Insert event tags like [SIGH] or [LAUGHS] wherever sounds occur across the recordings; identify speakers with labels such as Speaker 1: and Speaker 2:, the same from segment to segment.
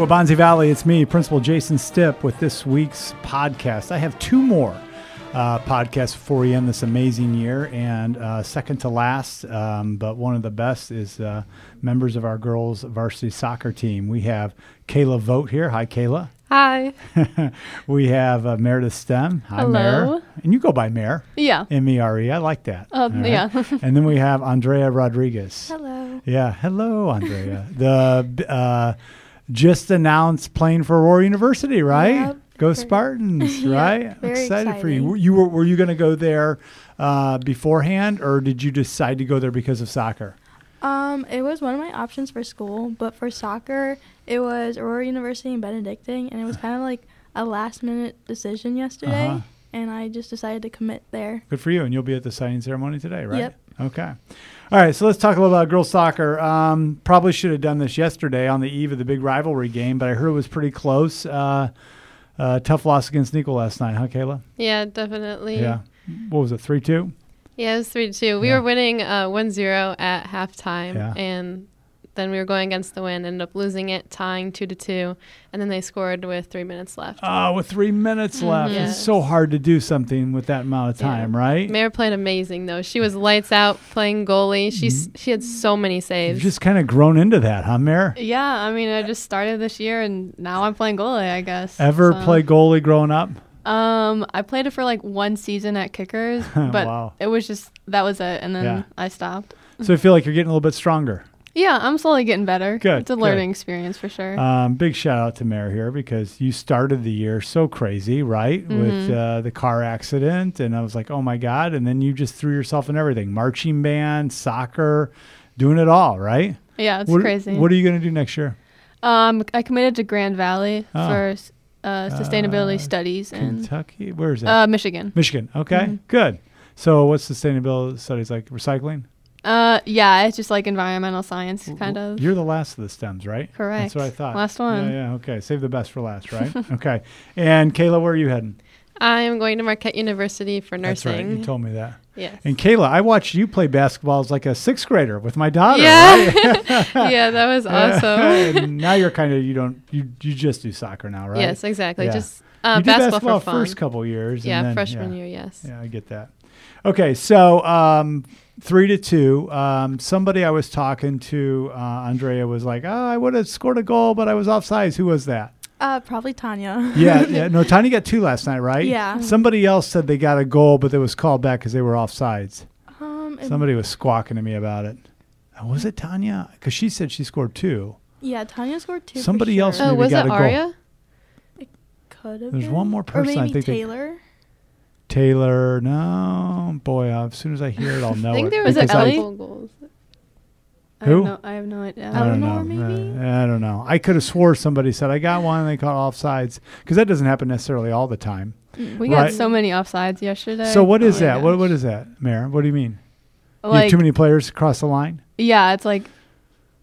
Speaker 1: Wabanzi Valley, it's me, Principal Jason Stipp, with this week's podcast. I have two more uh, podcasts before we end this amazing year, and uh, second to last, um, but one of the best is uh, members of our girls' varsity soccer team. We have Kayla Vote here. Hi, Kayla.
Speaker 2: Hi.
Speaker 1: we have uh, Meredith Stem. Hi,
Speaker 2: Hello.
Speaker 1: Mayor. And you go by Mayor.
Speaker 2: Yeah.
Speaker 1: M E R E. I like that.
Speaker 2: Um,
Speaker 1: All
Speaker 2: yeah. [LAUGHS]
Speaker 1: and then we have Andrea Rodriguez.
Speaker 2: Hello.
Speaker 1: Yeah. Hello, Andrea. the uh, just announced playing for Aurora University, right?
Speaker 3: Yep.
Speaker 1: Go
Speaker 3: Very- [LAUGHS]
Speaker 1: Spartans, right? I'm
Speaker 3: very
Speaker 1: excited for you.
Speaker 3: exciting.
Speaker 1: Were you were, were you going to go there uh, beforehand, or did you decide to go there because of soccer?
Speaker 3: Um, it was one of my options for school, but for soccer, it was Aurora University and Benedictine, and it was kind of like a last minute decision yesterday,
Speaker 1: Uh-huh.
Speaker 3: and I just decided to commit there.
Speaker 1: Good for you, and you'll be at the signing ceremony today, right?
Speaker 3: Yep.
Speaker 1: Okay. All right, so let's talk a little about girls soccer. Um, probably should have done this yesterday on the eve of the big rivalry game, but I heard it was pretty close. Uh, uh, tough loss against Nickel last night, huh, Kayla?
Speaker 2: Yeah, definitely.
Speaker 1: Yeah. What was it, 3 2?
Speaker 2: Yeah, it was 3 to 2. We
Speaker 1: Yeah.
Speaker 2: were winning uh, 1 0 at halftime,
Speaker 1: Yeah.
Speaker 2: and then we were going against the wind, ended up losing it, tying 2 to 2, and then they scored with three minutes left.
Speaker 1: Oh, with three minutes left,
Speaker 2: Yes.
Speaker 1: it's so hard to do something with that amount of
Speaker 2: Yeah.
Speaker 1: time, right?
Speaker 2: Mayor played amazing, though. She was lights out playing goalie. She, s she had so many
Speaker 1: You've
Speaker 2: saves.
Speaker 1: Mm-hmm. just kind of grown into that, huh, Mayor?
Speaker 4: Yeah, I mean, I just started this year and now I'm playing goalie, I guess.
Speaker 1: Ever
Speaker 4: So-
Speaker 1: play goalie growing up?
Speaker 4: Um, I played it for like one season
Speaker 1: [LAUGHS]
Speaker 4: at Kickers, but
Speaker 1: Wow.
Speaker 4: it was just that was it, and then
Speaker 1: Yeah.
Speaker 4: I stopped.
Speaker 1: So I feel like you're getting a little bit stronger.
Speaker 4: Yeah, I'm slowly getting better.
Speaker 1: Good,
Speaker 4: It's a
Speaker 1: good.
Speaker 4: learning experience for sure.
Speaker 1: Um, big shout out to Mayor here because you started the year so crazy, right? With uh, the car accident. And I was like, oh my God. And then you just threw yourself in everything marching band, soccer, doing it all, right?
Speaker 4: yeah, it's
Speaker 1: what,
Speaker 4: crazy.
Speaker 1: What are you going to do next year?
Speaker 4: um, I committed to Grand Valley
Speaker 1: Oh.
Speaker 4: for uh, sustainability
Speaker 1: Uh,
Speaker 4: studies
Speaker 2: Um,
Speaker 4: in
Speaker 1: Kentucky? Where is that?
Speaker 4: uh, Michigan.
Speaker 1: Michigan. Okay,
Speaker 2: Mm-hmm.
Speaker 1: good. So, what's sustainability studies like? Recycling?
Speaker 4: Uh, yeah, it's just like environmental science, kind
Speaker 1: W-
Speaker 4: of.
Speaker 1: You're the last of the stems, right? That's what I
Speaker 4: Correct.
Speaker 1: thought.
Speaker 4: Last one.
Speaker 1: Yeah, yeah. Okay. Save the best for last,
Speaker 2: [LAUGHS]
Speaker 1: right? okay. And Kayla, where are you heading?
Speaker 2: I'm going to Marquette University for
Speaker 1: That's
Speaker 2: nursing.
Speaker 1: right. You told me that.
Speaker 2: yes.
Speaker 1: And Kayla, I watched you play basketball as like a sixth grader with my daughter.
Speaker 2: Yeah.
Speaker 1: Right? [LAUGHS]
Speaker 2: [LAUGHS] yeah, that was awesome.
Speaker 1: And [LAUGHS] now you're kind of you don't you you just do soccer now, right?
Speaker 2: Yes, exactly.
Speaker 1: Yeah.
Speaker 2: Just uh,
Speaker 1: you did
Speaker 2: basketball,
Speaker 1: basketball
Speaker 2: for fun.
Speaker 1: first couple years.
Speaker 2: yeah,
Speaker 1: and then,
Speaker 2: freshman
Speaker 1: yeah.
Speaker 2: year, yes.
Speaker 1: Yeah, I get that. Okay, so um, three to two. Um, somebody I was talking to, uh, Andrea, was like, "Oh, I would have scored a goal, but I was offsides." Who was that?
Speaker 3: Uh, probably Tanya.
Speaker 1: [LAUGHS]
Speaker 2: [LAUGHS]
Speaker 1: Yeah, yeah. No, Tiny got two last night, right?
Speaker 3: Yeah.
Speaker 1: Somebody else said they got a goal, but it was called back because they were offsides.
Speaker 3: Um, it-
Speaker 1: Somebody was squawking to me about it. Uh, Was it Tanya? Because she said she scored two.
Speaker 3: yeah, Tanya scored two. for
Speaker 1: Somebody
Speaker 3: sure.
Speaker 1: else
Speaker 2: Oh,
Speaker 1: maybe
Speaker 2: was
Speaker 1: got a
Speaker 2: it
Speaker 1: goal.
Speaker 2: Aria?
Speaker 3: could have.
Speaker 1: There's
Speaker 3: been.
Speaker 1: one more person
Speaker 3: Or
Speaker 1: I
Speaker 3: maybe
Speaker 1: think they-
Speaker 3: Taylor.
Speaker 1: Taylor, no, boy. uh, As soon as I hear it, I'll know
Speaker 2: I
Speaker 1: it
Speaker 2: think there was a
Speaker 1: because I-
Speaker 4: Ellie?
Speaker 2: couple goals.
Speaker 1: Who?
Speaker 4: I have no, I have no idea.
Speaker 1: I don't know.
Speaker 3: Eleanor, maybe?
Speaker 1: Uh, I don't know. I could have swore somebody said I got one and they caught offsides because that doesn't happen necessarily all the time.
Speaker 3: Mm,
Speaker 4: we got
Speaker 1: Right.
Speaker 4: so many offsides yesterday.
Speaker 1: So what
Speaker 4: Oh
Speaker 1: is
Speaker 4: my
Speaker 1: that? What
Speaker 4: gosh.
Speaker 1: what is that, Mayor? What do you mean? you have
Speaker 4: Like,
Speaker 1: too many players across the line?
Speaker 4: yeah, it's like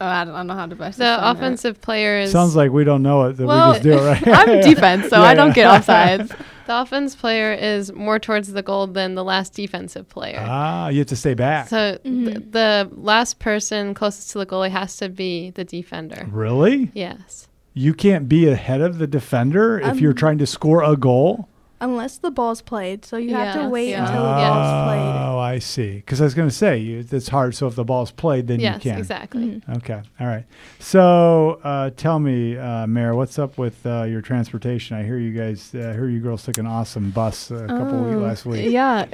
Speaker 4: oh, I don't, I don't know how to best.
Speaker 2: The
Speaker 4: define it.
Speaker 2: offensive player is
Speaker 1: Sounds like we don't know it that
Speaker 4: Well,
Speaker 1: we just do it, right?
Speaker 4: [LAUGHS]
Speaker 1: [LAUGHS]
Speaker 4: I'm defense, so
Speaker 1: [LAUGHS] Yeah,
Speaker 4: I don't
Speaker 1: yeah.
Speaker 4: get offsides.
Speaker 2: the offense player is more towards the goal than the last defensive player.
Speaker 1: ah, you have to stay back.
Speaker 2: so
Speaker 4: Mm-hmm.
Speaker 2: th- the last person closest to the goalie has to be the defender.
Speaker 1: really?
Speaker 2: Yes.
Speaker 1: You can't be ahead of the defender if
Speaker 3: Um,
Speaker 1: you're trying to score a goal.
Speaker 3: Unless the ball's played, so you have to
Speaker 2: Yes,
Speaker 3: wait
Speaker 2: yeah.
Speaker 3: until the
Speaker 2: Yes.
Speaker 3: ball's played.
Speaker 1: Oh, I see. Because I was going to say you, it's hard. So if the ball's played, then you
Speaker 2: yes,
Speaker 1: can.
Speaker 2: exactly.
Speaker 4: Mm-hmm.
Speaker 1: Okay. All right. So uh, tell me, uh, Mayor, what's up with uh, your transportation? I hear you guys, uh, I hear you girls took an awesome bus uh, [LAUGHS] a couple
Speaker 4: Oh.
Speaker 1: weeks last week. [LAUGHS]
Speaker 4: Um, Yeah.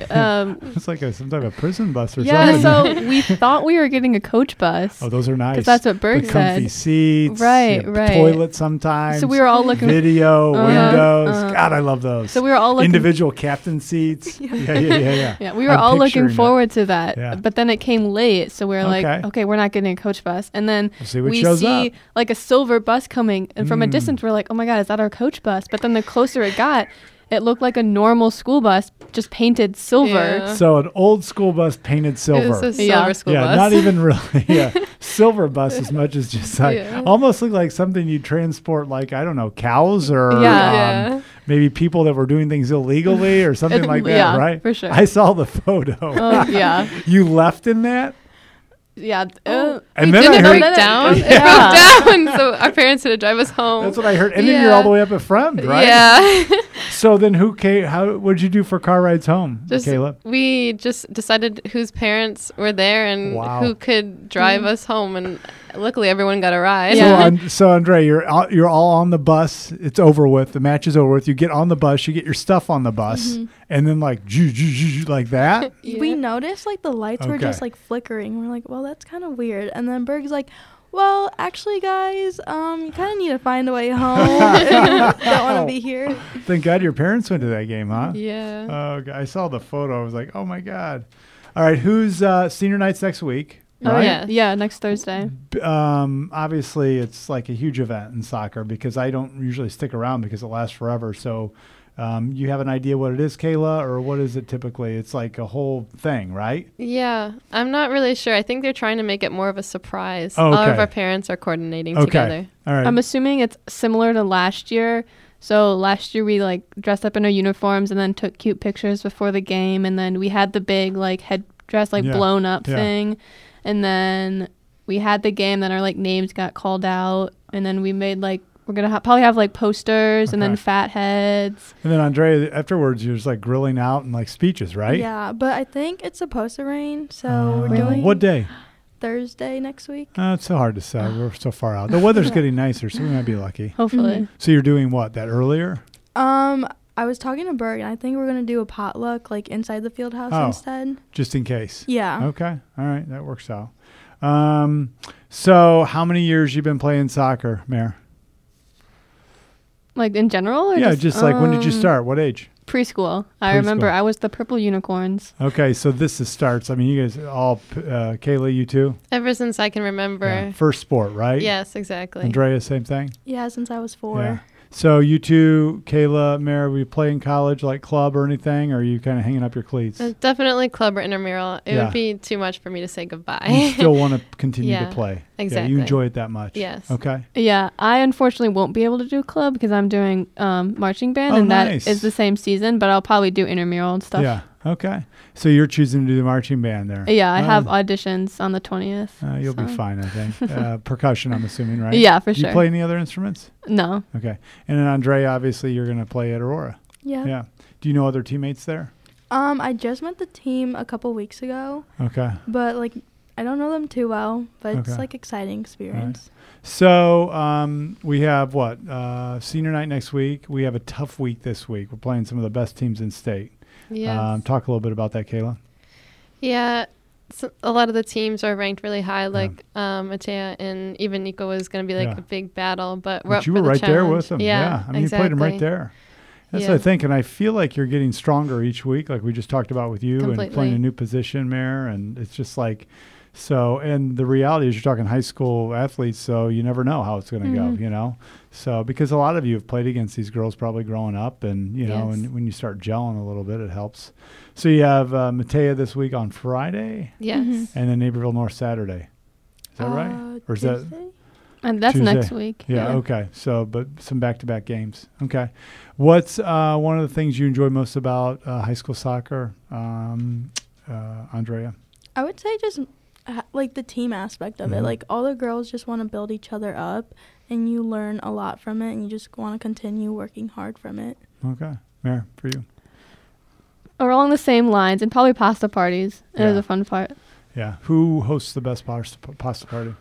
Speaker 4: Um,
Speaker 1: It's like a, some type of prison bus or
Speaker 4: yeah.
Speaker 1: something.
Speaker 4: So we thought we were getting a coach bus.
Speaker 1: oh, those are nice.
Speaker 4: that's what Berg
Speaker 1: the comfy
Speaker 4: said.
Speaker 1: seats,
Speaker 4: Right,
Speaker 1: yeah,
Speaker 4: right.
Speaker 1: Toilet sometimes.
Speaker 4: so we were all looking.
Speaker 1: video
Speaker 4: Uh-huh,
Speaker 1: windows.
Speaker 4: uh-huh.
Speaker 1: God, I love those.
Speaker 4: so we were all looking.
Speaker 1: individual captain
Speaker 4: [LAUGHS]
Speaker 1: seats. yeah, yeah, yeah, yeah.
Speaker 4: Yeah, we were
Speaker 1: I'm
Speaker 4: all
Speaker 1: picturing
Speaker 4: looking
Speaker 1: it.
Speaker 4: forward to that.
Speaker 1: Yeah.
Speaker 4: But then it came late, so we were like,
Speaker 1: Okay.
Speaker 4: okay, we're not getting a coach bus. And then
Speaker 1: We'll see what
Speaker 4: we
Speaker 1: shows
Speaker 4: see
Speaker 1: up.
Speaker 4: like a silver bus coming, and from a
Speaker 1: Mm.
Speaker 4: distance, we're like, oh my god, is that our coach bus? But then the closer it got, it looked like a normal school bus, just painted silver.
Speaker 2: Yeah.
Speaker 1: So an old school bus painted silver.
Speaker 2: It was a silver
Speaker 4: Yeah.
Speaker 2: school
Speaker 1: yeah,
Speaker 2: bus.
Speaker 1: not
Speaker 2: [LAUGHS]
Speaker 1: even really. Yeah, silver bus as much as just like
Speaker 2: Yeah.
Speaker 1: almost looked like something you transport, like I don't know, cows or
Speaker 4: Yeah.
Speaker 1: um,
Speaker 2: Yeah.
Speaker 1: maybe people that were doing things illegally
Speaker 2: [LAUGHS]
Speaker 1: or something like that,
Speaker 4: yeah,
Speaker 1: right?
Speaker 4: for sure.
Speaker 2: Oh.
Speaker 1: I saw the photo.
Speaker 4: Oh, yeah.
Speaker 1: you left in that?
Speaker 4: yeah. uh,
Speaker 1: And
Speaker 2: Didn't it
Speaker 1: then I
Speaker 2: break
Speaker 1: heard.
Speaker 2: down?
Speaker 1: [LAUGHS]
Speaker 2: It broke down. [LAUGHS] So our parents had to drive us home.
Speaker 1: That's what I heard. And then you're all the way up at front, right?
Speaker 2: [LAUGHS] Yeah.
Speaker 1: So then, who came? How? What did you do for car rides home,
Speaker 2: Just-
Speaker 1: Caleb?
Speaker 2: we just decided whose parents were there and
Speaker 1: Wow.
Speaker 2: who could drive us home. And luckily, everyone got a ride.
Speaker 1: So,
Speaker 4: Mm-hmm. Yeah.
Speaker 1: on, so Andre, you're all, you're all on the bus. It's over with. The match is over with. You get on the bus. You get your stuff on the bus,
Speaker 4: Mm-hmm.
Speaker 1: and then like "Ju- ju- ju- ju," like
Speaker 4: [LAUGHS]
Speaker 1: that.
Speaker 3: We noticed like the lights were just
Speaker 1: Okay.
Speaker 3: like flickering. We're like, well, that's kind of weird. And then Berg's like, well, actually, guys, um, you kind of need to find a
Speaker 1: [LAUGHS]
Speaker 3: way home. [LAUGHS] if you don't want to be here.
Speaker 1: Thank God your parents went to that game, huh?
Speaker 2: Yeah.
Speaker 1: Oh, g- I saw the photo. I was like, oh my God. All right, who's uh, senior nights next week?
Speaker 4: Oh
Speaker 1: right?
Speaker 4: yeah, yeah. Next Thursday.
Speaker 1: B- Um, obviously, it's like a huge event in soccer because I don't usually stick around because it lasts forever. So, um, you have an idea what it is, Kayla, or what is it typically? It's like a whole thing, right?
Speaker 2: Yeah, I'm not really sure. I think they're trying to make it more of a surprise.
Speaker 1: Oh,
Speaker 2: All of
Speaker 1: okay.
Speaker 2: our parents are coordinating
Speaker 1: Okay.
Speaker 2: together.
Speaker 1: All right.
Speaker 4: I'm assuming it's similar to last year. So last year we like dressed up in our uniforms and then took cute pictures before the game, and then we had the big like headdress like
Speaker 1: Yeah.
Speaker 4: blown up
Speaker 1: Yeah.
Speaker 4: thing, and then we had the game. Then our like names got called out, and then we made like we're gonna ha- probably have like posters and then
Speaker 1: Okay.
Speaker 4: fat heads.
Speaker 1: and then Andre, afterwards, you're just like grilling out and like speeches, right?
Speaker 3: Yeah, but I think it's supposed to rain, so
Speaker 1: Uh,
Speaker 3: we're
Speaker 4: Really?
Speaker 3: doing
Speaker 1: What day?
Speaker 3: Thursday next week.
Speaker 1: Uh, it's so hard to say. We're so far out. The
Speaker 3: [LAUGHS]
Speaker 1: weather's getting nicer, so we might be lucky.
Speaker 4: Hopefully,
Speaker 1: So you're doing what? That earlier?
Speaker 3: Um, I was talking to Berg, and I think we're gonna do a potluck like inside the field house
Speaker 1: Oh.
Speaker 3: instead.
Speaker 1: Just in case.
Speaker 3: Yeah.
Speaker 1: Okay. All right. That works out. Um, so how many years you been playing soccer, Mayor?
Speaker 4: like in general. Or
Speaker 1: yeah, just, like when did you
Speaker 4: um,
Speaker 1: start? What age?
Speaker 4: Preschool. I remember
Speaker 1: Preschool.
Speaker 4: I was the purple unicorns.
Speaker 1: Okay, so this is starts. I mean, you guys all, uh, Kayla, you too.
Speaker 2: Ever since I can remember.
Speaker 1: Yeah, First sport, right?
Speaker 2: Yes, exactly.
Speaker 1: Andrea, same thing.
Speaker 3: Yeah, since I was four.
Speaker 1: Yeah. So you two, Kayla, Mayor, were you playing college like club or anything, or are you kind of hanging up your cleats?
Speaker 2: Uh, [LAUGHS] Definitely club or intramural. It
Speaker 1: Yeah.
Speaker 2: would be too much for me to say
Speaker 1: you
Speaker 2: goodbye. [LAUGHS]
Speaker 1: still want to continue
Speaker 2: Yeah,
Speaker 1: to play. Yeah,
Speaker 2: exactly.
Speaker 1: you enjoy it that much.
Speaker 2: Yes.
Speaker 1: Okay.
Speaker 4: Yeah, I unfortunately won't be able to do club because I'm doing um, marching band,
Speaker 1: Oh,
Speaker 4: and
Speaker 1: nice.
Speaker 4: that is the same season. But I'll probably do intramural and stuff. Uh,
Speaker 1: Yeah. Okay. So you're choosing to do the marching band there.
Speaker 4: Yeah, I have
Speaker 1: Oh.
Speaker 4: auditions on the twentieth.
Speaker 1: Uh, you'll be
Speaker 4: So-
Speaker 1: fine, I think. Uh, percussion, I'm assuming, right?
Speaker 4: Uh-huh. Yeah, for
Speaker 1: Do
Speaker 4: sure.
Speaker 1: you play any other instruments?
Speaker 4: no,
Speaker 1: Okay. And then Andre, obviously, you're going to play at Aurora.
Speaker 3: Yeah.
Speaker 1: Yeah. Do you know other teammates there?
Speaker 3: Um, I just met the team a couple weeks ago,
Speaker 1: Okay.
Speaker 3: but like I don't know them too well, but
Speaker 1: Okay.
Speaker 3: it's like exciting experience.
Speaker 1: So um, we have what uh, senior night next week. We have a tough week this week. We're playing some of the best teams in state.
Speaker 2: yes.
Speaker 1: Um, talk a little bit about that, Kayla.
Speaker 2: yeah. So a lot of the teams are ranked really high, like um, Matea and even Nico was going to be like
Speaker 1: Yeah.
Speaker 2: a big battle, but we're
Speaker 1: But
Speaker 2: up
Speaker 1: you
Speaker 2: for
Speaker 1: were
Speaker 2: the
Speaker 1: right there
Speaker 2: challenge.
Speaker 1: with them.
Speaker 2: Yeah,
Speaker 1: I mean,
Speaker 2: exactly.
Speaker 1: you played them right there. That's
Speaker 2: Yeah.
Speaker 1: what I think, and I feel like you're getting stronger each week, like we just talked about with you, and playing
Speaker 2: Completely.
Speaker 1: a new position, Mayor, and it's just like, so. And the reality is, you're talking high school athletes, so you never know how it's going to
Speaker 2: Mm-hmm.
Speaker 1: go, you know. So because a lot of you have played against these girls probably growing up, and you know,
Speaker 2: Yes.
Speaker 1: and when you start gelling a little bit, it helps. So you have uh, Matea this week on Friday,
Speaker 2: Yes.
Speaker 3: Mm-hmm.
Speaker 1: and then Naperville North Saturday. Is that right?
Speaker 3: Uh,
Speaker 1: Or is that
Speaker 3: Tuesday?
Speaker 4: and that's
Speaker 1: Tuesday.
Speaker 4: next week.
Speaker 1: yeah, Okay. So, but some back-to-back games. Okay. What's uh, one of the things you enjoy most about uh, high school soccer, um, uh, Andrea?
Speaker 3: I would say just ha- like the team aspect of it.
Speaker 1: Mhm.
Speaker 3: Like all the girls just want to build each other up, and you learn a lot from it, and you just want to continue working hard from it.
Speaker 1: Okay, Mayor, for you.
Speaker 4: Or along the same lines, and probably pasta parties. It was
Speaker 1: Yeah.
Speaker 4: a fun part.
Speaker 1: Yeah. Who hosts the best pasta, pasta party?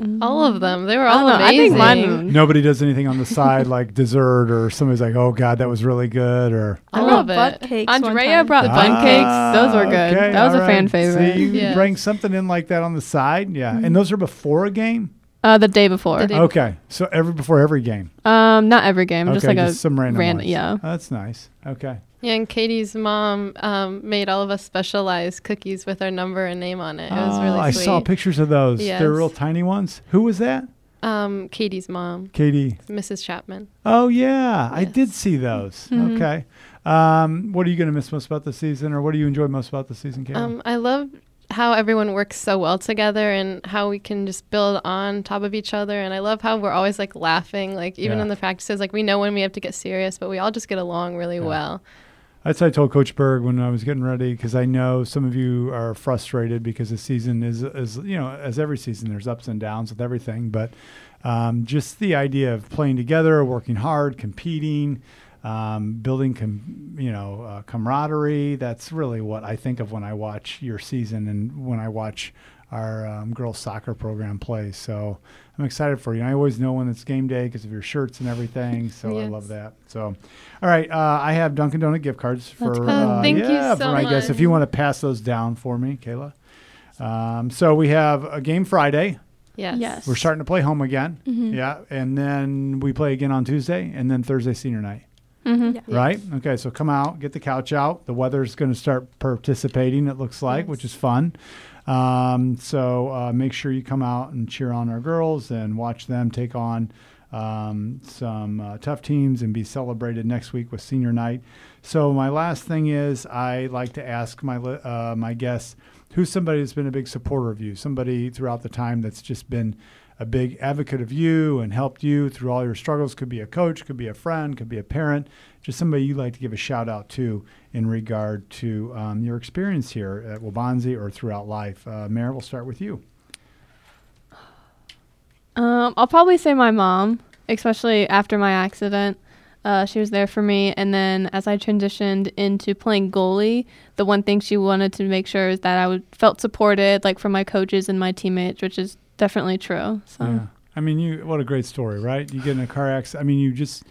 Speaker 4: Mm-hmm.
Speaker 2: All of them. They were
Speaker 4: I don't
Speaker 3: Oh,
Speaker 2: all
Speaker 4: know, I think
Speaker 2: amazing.
Speaker 4: mine-
Speaker 1: Nobody does anything on the side [LAUGHS] like dessert, or somebody's like, "Oh God, that was really good," or
Speaker 3: I
Speaker 2: All
Speaker 3: brought
Speaker 2: of it.
Speaker 3: butt cakes one
Speaker 4: Andrea
Speaker 3: time.
Speaker 4: brought
Speaker 2: The
Speaker 4: bun
Speaker 1: Ah,
Speaker 4: cakes. Oh, Those were good.
Speaker 1: okay,
Speaker 4: that was a
Speaker 1: all
Speaker 4: fan
Speaker 1: right.
Speaker 4: favorite. Mm-hmm.
Speaker 1: See, you
Speaker 2: Yes.
Speaker 1: bring something in like that on the side, yeah. And those are before a game.
Speaker 4: Uh, the day before.
Speaker 2: The day-
Speaker 1: Okay, so every before every game.
Speaker 4: um, not every game. just
Speaker 1: okay,
Speaker 4: like
Speaker 1: just
Speaker 4: a
Speaker 1: some random.
Speaker 4: ran-
Speaker 1: ones.
Speaker 4: yeah.
Speaker 1: Oh, that's nice. Okay.
Speaker 2: Yeah, and Katie's mom um, made all of us specialized cookies with our number and name on it. It was really
Speaker 1: Oh, I
Speaker 2: sweet.
Speaker 1: saw pictures of those. They're real
Speaker 2: Yes.
Speaker 1: tiny ones. Who was that?
Speaker 2: um, Katie's mom,
Speaker 1: Katie.
Speaker 2: Mrs. Chapman.
Speaker 1: Oh yeah, I did
Speaker 2: Yes. Mm-hmm.
Speaker 1: see those.
Speaker 4: Mhm.
Speaker 1: Okay. Um, what are you going to miss most about the season, or what do you enjoy most about the season, Katie?
Speaker 2: Um, I love how everyone works so well together and how we can just build on top of each other. And I love how we're always like laughing, like even
Speaker 1: Yeah.
Speaker 2: in the practices, like we know when we have to get serious, but we all just get along really
Speaker 1: Yeah.
Speaker 2: well.
Speaker 1: That's what I told Coach Berg when I was getting ready because I know some of you are frustrated because the season is, is you know, as every season, there's ups and downs with everything. But um, just the idea of playing together, working hard, competing, um, building, com- you know, uh, camaraderie. That's really what I think of when I watch your season and when I watch our um, girls soccer program play. So I'm excited for you. And I always know when it's game day because of your shirts and everything. So I love
Speaker 2: Yes.
Speaker 1: that. So, all right, uh, I have Dunkin' Donut gift cards for
Speaker 4: That's cool.
Speaker 1: uh,
Speaker 2: Thank you
Speaker 1: yeah
Speaker 2: so
Speaker 1: for my guests. If
Speaker 2: much.
Speaker 1: you want to pass those down for me, Kayla. Um, so we have a game Friday.
Speaker 2: Yes.
Speaker 3: Yes.
Speaker 1: We're starting to play home again.
Speaker 2: Mm.
Speaker 3: Mhm.
Speaker 1: Yeah, and then we play again on Tuesday, and then Thursday senior night.
Speaker 4: Mm-hmm.
Speaker 3: Yeah.
Speaker 1: Right? Okay, so come out, get the couch out. The weather's going to start participating, it looks like, which is fun. Um, so uh, make sure you come out and cheer on our girls and watch them take on um, some uh, tough teams and be celebrated next week with senior night. So, my last thing is I like to ask my, li- uh, my guests who's somebody that's been a big supporter of you, somebody throughout the time that's just been a big advocate of you and helped you through all your struggles. Could be a coach, could be a friend, could be a parent, just somebody you'd like to give a shout out to in regard to um, your experience here at Wabanzi or throughout life. Uh, Mayor, we'll start with you.
Speaker 4: Um, I'll probably say my mom, especially after my accident. Uh, she was there for me, and then as I transitioned into playing goalie, the one thing she wanted to make sure is that I would felt supported, like from my coaches and my teammates, which is definitely true. So
Speaker 1: yeah. I mean, you what a great story, right? You get in a car accident. I mean, you just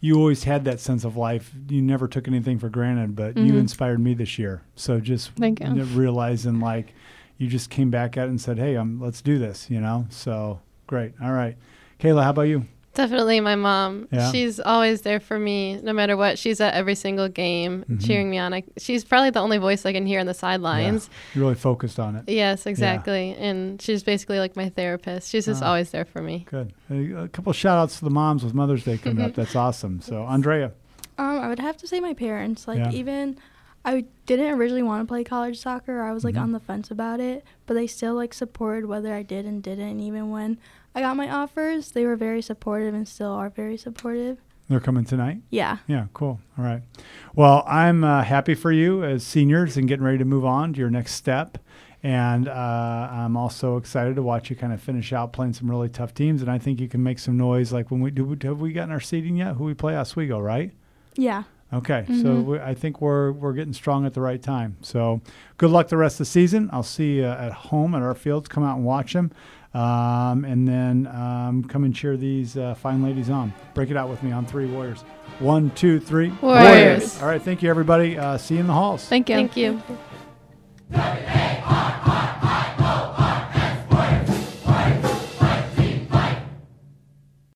Speaker 1: you always had that sense of life. You never took anything for granted, but you
Speaker 4: Mhm.
Speaker 1: inspired me this year. So just
Speaker 4: Thank you.
Speaker 1: n- realizing like you just came back at it and said, "Hey, um, let's do this," you know. So great. All right, Kayla, how about you?
Speaker 2: Definitely my mom.
Speaker 1: Yeah.
Speaker 2: She's always there for me, no matter what. She's at every single game,
Speaker 1: Mhm.
Speaker 2: cheering me on. I, she's probably the only voice I can hear on the sidelines.
Speaker 1: You really focused on it.
Speaker 2: Yes, exactly. And she's basically like my therapist. She's just
Speaker 1: Ah.
Speaker 2: always there for me.
Speaker 1: Good. A, a couple shout outs to the moms with Mother's Day coming
Speaker 4: Mm-hmm.
Speaker 1: up. That's awesome. So Andrea,
Speaker 3: Um, I would have to say my parents. Like
Speaker 1: Yeah.
Speaker 3: even I didn't originally want to play college soccer. I was like
Speaker 1: Mhm.
Speaker 3: on the fence about it, but they still like supported whether I did and didn't. And even when I got my offers, they were very supportive and still are very supportive.
Speaker 1: they're coming tonight.
Speaker 3: Yeah.
Speaker 1: Yeah, cool. All right. Well, I'm uh, happy for you as seniors and getting ready to move on to your next step. And uh, I'm also excited to watch you kind of finish out playing some really tough teams. And I think you can make some noise. Like when we do, we- have we gotten our seeding yet? Who we play? Oswego, right?
Speaker 3: Yeah.
Speaker 1: Okay. So we, I think we're we're getting strong at the right time. So good luck the rest of the season. I'll see you uh, at home at our fields. Come out and watch them. Um, and then um, come and cheer these uh, fine ladies on. Break it out with me on three Warriors. One, two, three.
Speaker 2: Warriors.
Speaker 1: All right. Thank you, everybody. Uh, see you in the halls.
Speaker 4: thank you.
Speaker 2: Thank you.
Speaker 3: Thank you.
Speaker 5: Hey,